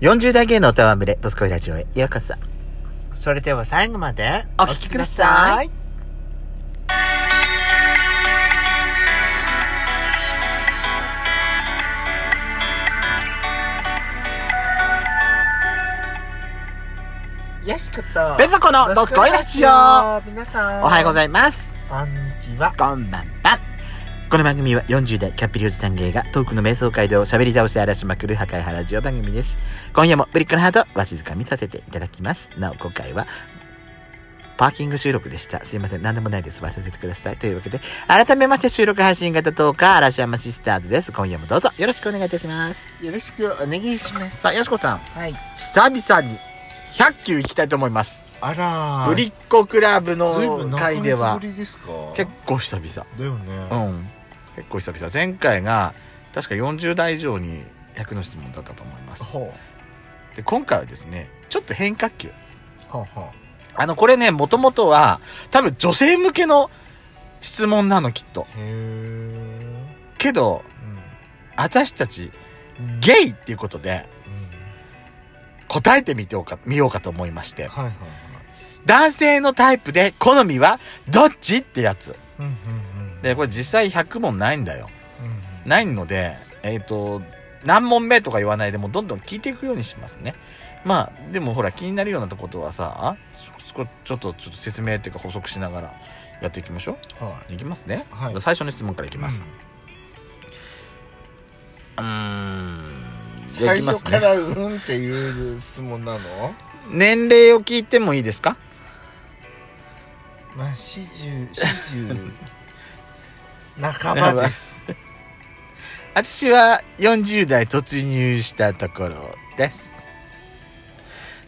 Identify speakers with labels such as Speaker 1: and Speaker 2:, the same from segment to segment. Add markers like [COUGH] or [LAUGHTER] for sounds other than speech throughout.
Speaker 1: 40代芸能歌は群れ、ドスコイラジオへようこそ。それでは最後までお聞きください。
Speaker 2: い。
Speaker 1: よしこと
Speaker 2: ベゾコのドスコイラジオ。お
Speaker 1: 皆さん。
Speaker 2: はようござ
Speaker 1: い
Speaker 2: います。
Speaker 1: ます。こんにちは。
Speaker 2: こんばんは。
Speaker 1: この番組は40代キャッピリおじさん芸がトークの瞑想街道を喋り倒して荒らしまくる破壊派ラジオ番組です。今夜もブリックのハートわしづかみさせていただきます。なお今回はパーキング収録でした。すいません。何でもないです。忘れてください。というわけで、改めまして収録配信型トーカー、嵐山シスターズです。今夜もどうぞよろしくお願いいたします。
Speaker 2: よろしくお願いします。
Speaker 1: さあ、よしこさん。
Speaker 2: はい。
Speaker 1: 久々に100球行きたいと思います。
Speaker 2: あら
Speaker 1: ブリッコクラブの
Speaker 2: 回
Speaker 1: 回では
Speaker 2: ぶ、りですか。
Speaker 1: 結構久々。
Speaker 2: だよね。
Speaker 1: うん、結構久々前回が確か40代以上に100の質問だったと思います
Speaker 2: ほ
Speaker 1: で今回はですねちょっと変化球
Speaker 2: うほうほう。
Speaker 1: あのこれねもともとは多分女性向けの質問なのきっと
Speaker 2: へえ。
Speaker 1: けど私たちゲイっていうことで
Speaker 2: うん。うん。
Speaker 1: 答えてみておか見ようかと思いまして
Speaker 2: はいはいはい。
Speaker 1: 男性のタイプで好みはどっちってやつ
Speaker 2: うんうんうん。
Speaker 1: でこれ実際100問ないんだよ
Speaker 2: うんうん、
Speaker 1: ないので、えっ、と、何問目とか言わないでもうどんどん聞いていくようにしますね。まあ、でもほら気になるようなとことはさ、そそこちょっとちょっと説明っていうか補足しながらやっていきましょ
Speaker 2: は
Speaker 1: う。いきますね。
Speaker 2: はい
Speaker 1: 最初の質問からいき
Speaker 2: い。
Speaker 1: ます。。うーん。じゃあ
Speaker 2: 最
Speaker 1: いきま
Speaker 2: 初
Speaker 1: す
Speaker 2: か
Speaker 1: ね。
Speaker 2: らうんっていう質問なの？
Speaker 1: 年齢を聞いてもいい
Speaker 2: [LAUGHS]
Speaker 1: ですか
Speaker 2: まあ四十四十半ばです。
Speaker 1: [LAUGHS] 私は40代突入したところです。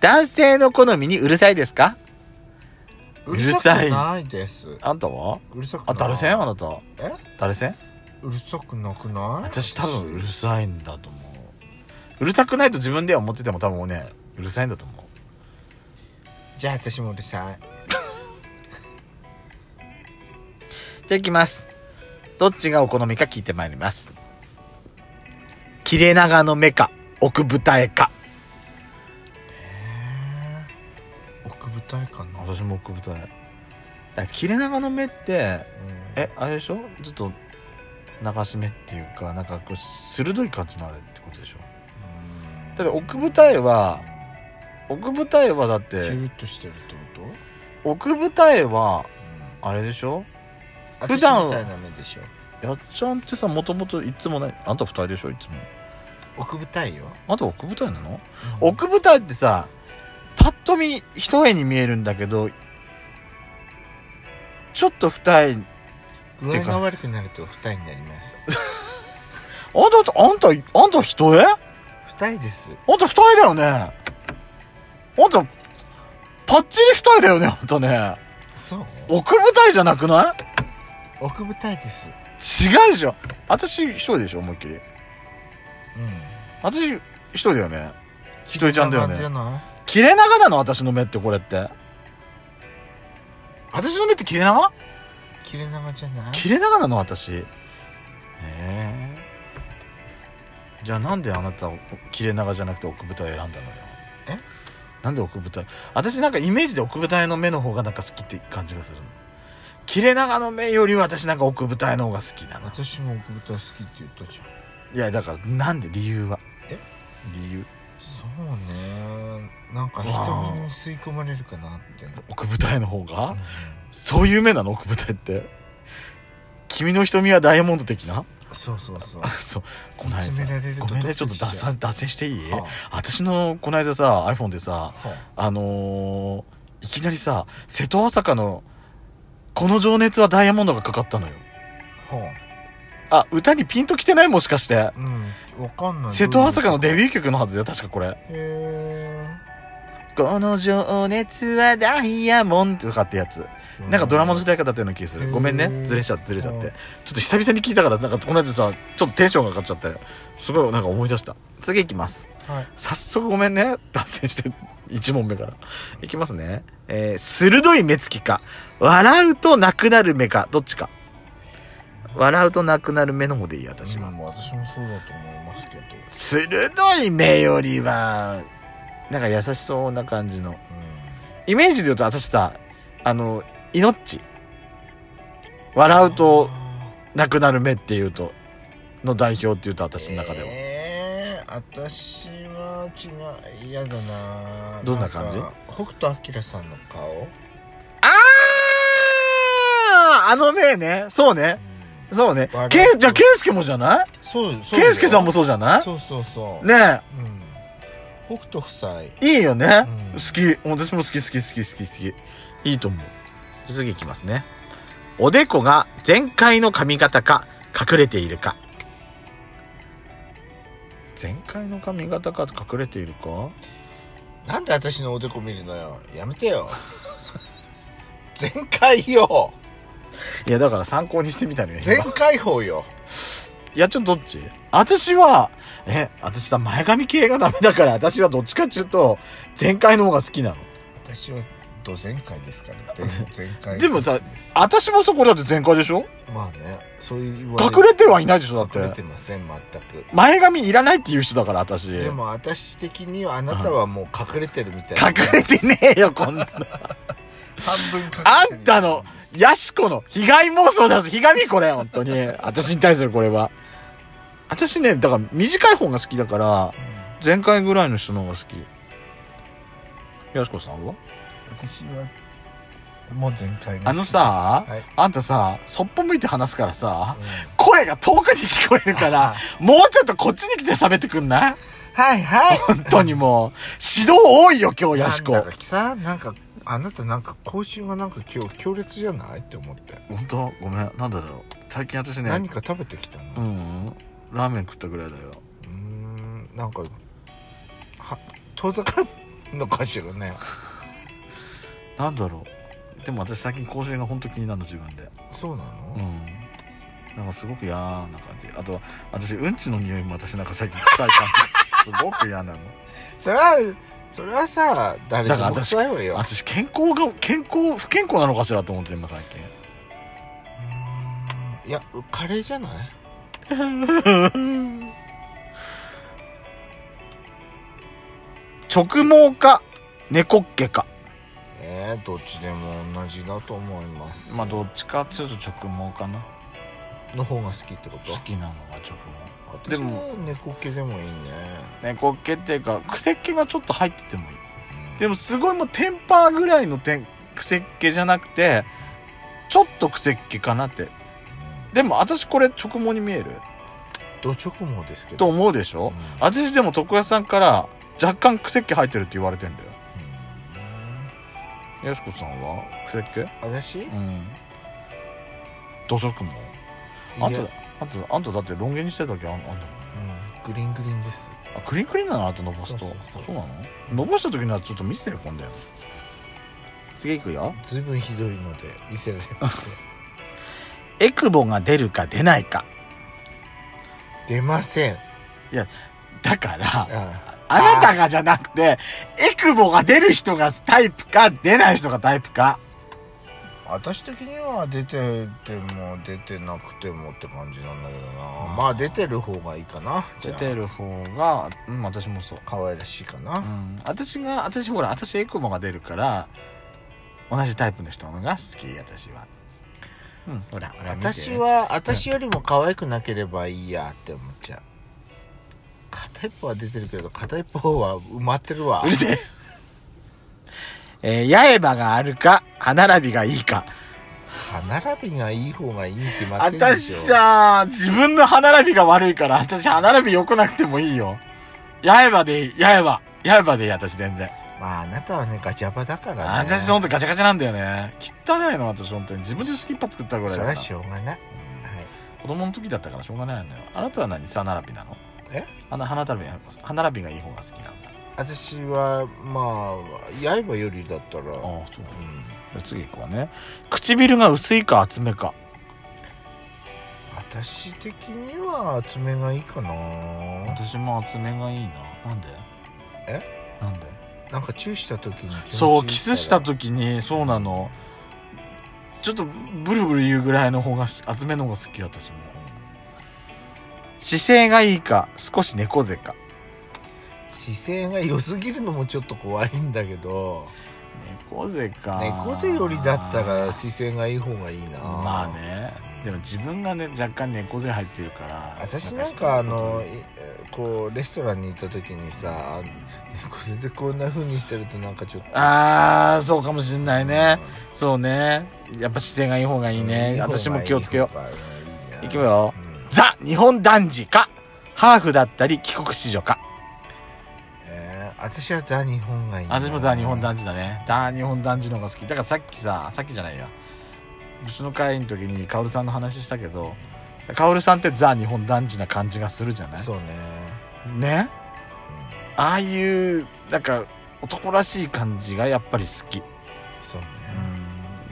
Speaker 1: 男性の好みにうるさいですか
Speaker 2: う
Speaker 1: るさい
Speaker 2: るさくないです。
Speaker 1: あんたは
Speaker 2: うるさく
Speaker 1: あ、
Speaker 2: ない。
Speaker 1: 誰せんあなた。
Speaker 2: え？
Speaker 1: 誰せん
Speaker 2: うるさくなくない？
Speaker 1: 私多分うるさいんだと思ううるさくないと自分では思ってても多分ねうるさいんだと思う
Speaker 2: じゃあ私もうるさい。
Speaker 1: じゃあいきますどっちがお好みか聞いてまいります切れ長の目か奥二重か
Speaker 2: 奥舞台かな。
Speaker 1: 私も奥二重だから切れ長の目って
Speaker 2: うん
Speaker 1: えあれでしょちょっと流し目っていうかなんかこう鋭い感じのあれってことでしょだって奥二重は奥二重はだっ
Speaker 2: キ
Speaker 1: て
Speaker 2: ューッとしてるってこ
Speaker 1: 奥二重は
Speaker 2: と？
Speaker 1: あれでしょ
Speaker 2: うん、
Speaker 1: 普段は
Speaker 2: 私みたいな目でしょ。
Speaker 1: やっちゃんってさもともといつもないあんた二人でしょいつも
Speaker 2: 奥舞台よ。
Speaker 1: あんた奥舞台なの、
Speaker 2: うん
Speaker 1: 奥舞台ってさパッと見一重に見えるんだけどちょっと二重
Speaker 2: 具合が悪くなると二重になります。
Speaker 1: あんたあんたあんた一重あ
Speaker 2: 二重です。
Speaker 1: んた二重だよねあんたパッチリ二重だよねあんたね
Speaker 2: そう。
Speaker 1: 奥舞台じゃなくな
Speaker 2: 奥舞台です。
Speaker 1: い違うでしょ私一重でしょ思いっきり
Speaker 2: うん。
Speaker 1: 私一重だよね一重ちゃんだよね
Speaker 2: こな感じじゃない
Speaker 1: 切れ長なの私の目ってこれって私の目って切れ長
Speaker 2: 切れ長じゃない
Speaker 1: 切れ長なの私へえじゃあなんであなたを切れ長じゃなくて奥二重選んだのよ
Speaker 2: え
Speaker 1: なんで奥二重私なんかイメージで奥二重の目の方がなんか好きって感じがするの切れ長の目よりは私なんか奥二重の方が好きだな
Speaker 2: 私も奥舞台好きって言ったじゃん
Speaker 1: いやだからなんで理由は
Speaker 2: え
Speaker 1: 理由
Speaker 2: そうねなんか瞳に吸い込まれるかなって
Speaker 1: 奥二重の方が、
Speaker 2: うん
Speaker 1: そういう目なの奥舞台って。君の瞳はダイヤモンド的な [LAUGHS]
Speaker 2: そうそうそう
Speaker 1: そう。こないだ
Speaker 2: 見つめられると
Speaker 1: ごめんね、ちょ
Speaker 2: ド
Speaker 1: っと
Speaker 2: キド
Speaker 1: 脱
Speaker 2: キしちゃう
Speaker 1: 線、脱線していい、
Speaker 2: は
Speaker 1: 私のこないださ、iPhone でさ、あのー、いきなりさ、瀬戸朝香の、この情熱はダイヤモンドがかかったのよ。
Speaker 2: は
Speaker 1: あ、歌にピンときてないもしかして。
Speaker 2: うんわかんない
Speaker 1: 瀬戸朝香のデ
Speaker 2: ュー
Speaker 1: ビュー曲のはずよ、確かこれ。
Speaker 2: へ
Speaker 1: この情熱はダイヤモンドとかってやつ。
Speaker 2: え
Speaker 1: なんかドラマの時代からだったような気がす
Speaker 2: う
Speaker 1: る。
Speaker 2: ん
Speaker 1: ごめん
Speaker 2: へ
Speaker 1: ね。
Speaker 2: ー
Speaker 1: ずれちゃって、ずれちゃって。ち
Speaker 2: う
Speaker 1: ょ
Speaker 2: ん
Speaker 1: っと久々に聞いたから、なんか友達さ、ちょっとテンションが上がっちゃって、すごいなんか思い出した。次いきます。
Speaker 2: はい
Speaker 1: 早速ごめんね。脱線して、1問目から。いきますね。えー、鋭い目つきか、笑うとなくなる目か、どっちか。笑うとなくなる目の方でいい私
Speaker 2: 私
Speaker 1: は、
Speaker 2: も私もそうだと思いますけど、
Speaker 1: 鋭い目よりはなんか優しそうな感じのイメージで言うと私さあのイノッチ笑うとなくなる目っていうとの代表っていうと私の中では、
Speaker 2: えー、私は違う嫌だな
Speaker 1: どんな感じ
Speaker 2: んか北斗晶さんの顔、うん
Speaker 1: あーあの目ねそうねそうね
Speaker 2: 笑う
Speaker 1: けじゃあケンスケもじゃない
Speaker 2: そうそう
Speaker 1: ケンスケさんもそうじゃない
Speaker 2: そうそうそう、
Speaker 1: ね
Speaker 2: うん、北斗夫妻
Speaker 1: えいいよね、
Speaker 2: うん
Speaker 1: 好き私も好き好き好き好き好きいいと思うじゃあ次いきますねおでこが全開の髪型か隠れているか全開の髪型か隠れているか
Speaker 2: なんで私のおでこ見るのよやめてよ全開よ
Speaker 1: いやだから参考にしてみたのよ今
Speaker 2: 全開放よ
Speaker 1: いや、ちょっとどっち私は、え、私さ、前髪系がダメだから、私はどっちかっていうと、全開の方が好きなの。
Speaker 2: 私はど全開ですから全全開
Speaker 1: でもさ私もそこだって全開でしょ
Speaker 2: まあねそういう
Speaker 1: 隠れてはいないでしょだって
Speaker 2: 隠れてません全く
Speaker 1: 前髪いらないっていう人だから、私。
Speaker 2: でも私的にはあなたはもう隠れてるみたいな
Speaker 1: 隠れてねえよ、こんなの。
Speaker 2: 半分隠れてる
Speaker 1: あんたの、やしこの、被害妄想だぞ、被害みこれ、本当に。私に対するこれは。私ね、だから短い方が好きだから、全開ぐらいの人の方が好き。やしこさんは
Speaker 2: 私はもう全開が好きです
Speaker 1: あのさ、
Speaker 2: はい
Speaker 1: あんたさ、そっぽ向いて話すからさ、
Speaker 2: うん
Speaker 1: 声が遠くに聞こえる [LAUGHS] から、もうちょっとこっちに来て喋ってくんない
Speaker 2: はいはい
Speaker 1: 本当にもう、指導多いよ、今日、やしこ。
Speaker 2: なんだかさなんかあなたなんか口臭がなんか今日強烈じゃないって思って、
Speaker 1: 本当ごめん、なんだろう。最近私ね、
Speaker 2: 何か食べてきたの
Speaker 1: うんうん、ラーメン食ったぐらいだよ。
Speaker 2: うーんなんかは遠ざかんのかしら
Speaker 1: [LAUGHS]
Speaker 2: ね
Speaker 1: なんだろう。でも私最近口臭が本当気になるの、自分で。
Speaker 2: そうな
Speaker 1: う
Speaker 2: の、
Speaker 1: ん。なんかすごく嫌な感じ。あとは、私、うんちの匂いも私なんか最近臭い感じ。すごく嫌な [LAUGHS] の。
Speaker 2: それはそれはさ誰で
Speaker 1: だ
Speaker 2: も
Speaker 1: から私
Speaker 2: 臭いわよ
Speaker 1: 私、健康が、健康、不健康なのかしらと思って、今最近。
Speaker 2: いやカレーじゃない
Speaker 1: 直毛か猫っ毛か
Speaker 2: えー、どっちでも同じだと思います、
Speaker 1: まあどっちかちょっと直毛かな
Speaker 2: の方が好きってこ
Speaker 1: 好
Speaker 2: と
Speaker 1: きなのが直毛で
Speaker 2: 私
Speaker 1: も
Speaker 2: も猫系でもいいね
Speaker 1: 猫っ毛っていうか癖っ毛がちょっと入っててもいいでもすごいもうテンパーぐらいのてん癖っ毛じゃなくてちょっと癖っ毛かなってでも私これ直毛に見える
Speaker 2: ド直毛ですけ
Speaker 1: と
Speaker 2: ど、
Speaker 1: 思うでし
Speaker 2: うん
Speaker 1: ょ、私でも床屋さんから若干癖っ毛入ってるって言われてんだよやしこさんは癖っ毛
Speaker 2: 私い
Speaker 1: うん土足も
Speaker 2: や
Speaker 1: あんたあんたあんただってロン毛にしてた時あんあんだ
Speaker 2: うん、グリーングリーンです
Speaker 1: あクリンクリンなのあと伸ばすと
Speaker 2: そうそうそう
Speaker 1: なの伸ばした時にはちょっと見せてよ今度よ次いくよ
Speaker 2: ずいぶんひどいので見せられなくて
Speaker 1: エクボが出るか出ないか
Speaker 2: 出ません
Speaker 1: だから
Speaker 2: あ
Speaker 1: あなたがじゃなくてエクボが出る人がタイプか出ない人がタイプか
Speaker 2: 私的には出てても出てなくてもって感じなんだけどなまあ出てる方がいいかなじゃあ
Speaker 1: る方がうん私もそう
Speaker 2: 可愛らしいかな、
Speaker 1: うん私が私ほら私エクボが出るから同じタイプの人のが好き私はうんほらほら見て
Speaker 2: 私は私よりも可愛くなければいいやって思っちゃう片一方は出てるけど片一方は埋まってるわ
Speaker 1: うるせえ。えー、八重歯があるか、歯並びがいいか。
Speaker 2: 歯並びがいい方がいいに決まってるで
Speaker 1: 私
Speaker 2: しょ
Speaker 1: さ、自分の歯並びが悪いから、私歯並び良くなくてもいいよ。八重歯でいい、八重歯。八重歯でいい、私全然。
Speaker 2: まああなたはねガチャバだからね
Speaker 1: 私ほんとガチャガチャなんだよね。汚いの、私ほんとに。自分でスキッパ作ったぐらい
Speaker 2: そ
Speaker 1: だから。
Speaker 2: れは
Speaker 1: 子
Speaker 2: しょうがない、はい、
Speaker 1: 供の時だったからしょうがないのよ。あなたは何歯並びなの
Speaker 2: え
Speaker 1: あの歯並び、歯並びがいい方が好きなんだ。
Speaker 2: 私はまあ刃よりだったら、
Speaker 1: ああ、
Speaker 2: う
Speaker 1: そ
Speaker 2: ん、
Speaker 1: うなんだじゃあ次行くわね。唇が薄いか厚めか。
Speaker 2: 私的には厚めがいいかな
Speaker 1: 私も厚めがいいななんで
Speaker 2: え
Speaker 1: なんで
Speaker 2: なんかチューした時に気持ちいいから
Speaker 1: そうキスした時にそうなのちょっとブルブル言うぐらいの方が集めるのが好き私も姿勢がいいか少し猫背か
Speaker 2: 姿勢が良すぎるのもちょっと怖いんだけど
Speaker 1: 猫背か
Speaker 2: 猫背よりだったら姿勢がいい方がいいな
Speaker 1: まあねでも自分がね若干猫背入ってるから
Speaker 2: 私なんかあのいこうレストランに行った時にさ猫背でこんな風にしてるとなんかちょっと
Speaker 1: ああそうかもしんないね、そうねやっぱ姿勢がいい方がいいね
Speaker 2: いい方がいい
Speaker 1: 私も気をつけよ
Speaker 2: 方がいいな
Speaker 1: ういきますよ、
Speaker 2: うん
Speaker 1: ザ日本男児かハーフだったり帰国子女か
Speaker 2: えー私はザ日本がいいな
Speaker 1: 私もザ日本男児だねザ日本男児の方が好きだからさっきささっきじゃないやうちの会の時にカオルさんの話したけどカオルさんってザ日本男児な感じがするじゃない
Speaker 2: そうね
Speaker 1: ねああいうなんか男らしい感じがやっぱり好き
Speaker 2: そうね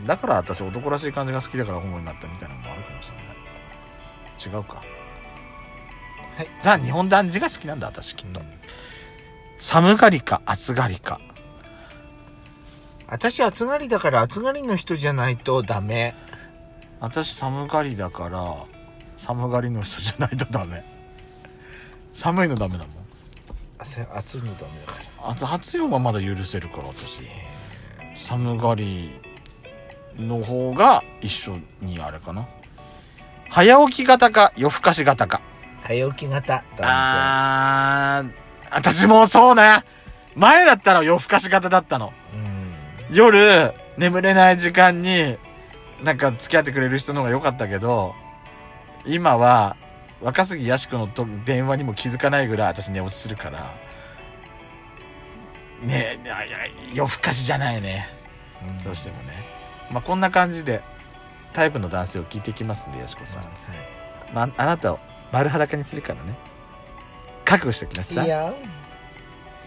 Speaker 1: うんだから私男らしい感じが好きだからホモになったみたいなのもあるかもしれない違うか
Speaker 2: はい
Speaker 1: ザ日本男児が好きなんだ私きっと、
Speaker 2: うん
Speaker 1: 寒がりか暑がりか
Speaker 2: 私暑がりだから暑がりの人じゃないとダメ
Speaker 1: 私寒がりだから寒がりの人じゃないとダメ [LAUGHS] 寒いのダメだもん
Speaker 2: 汗暑いのダメだから
Speaker 1: 暑暑い方がまだ許せるから私寒がりの方が一緒にあれかな早起き型か夜更かし型か
Speaker 2: 早起き型断
Speaker 1: あー私もそうね前だったら夜更かし型だったの
Speaker 2: 然うん
Speaker 1: 夜眠れない時間になんか付き合ってくれる人の方が良かったけど今は若杉やし子のと電話にも気づかないぐらい私寝落ちするからねえいやいや夜更かしじゃないね
Speaker 2: うん
Speaker 1: どうしてもねまあこんな感じでタイプの男性を聞いていきますんでやしこさん、
Speaker 2: は
Speaker 1: まあ、あなたを丸裸にするからね覚悟しておきなさ
Speaker 2: い
Speaker 1: い
Speaker 2: いや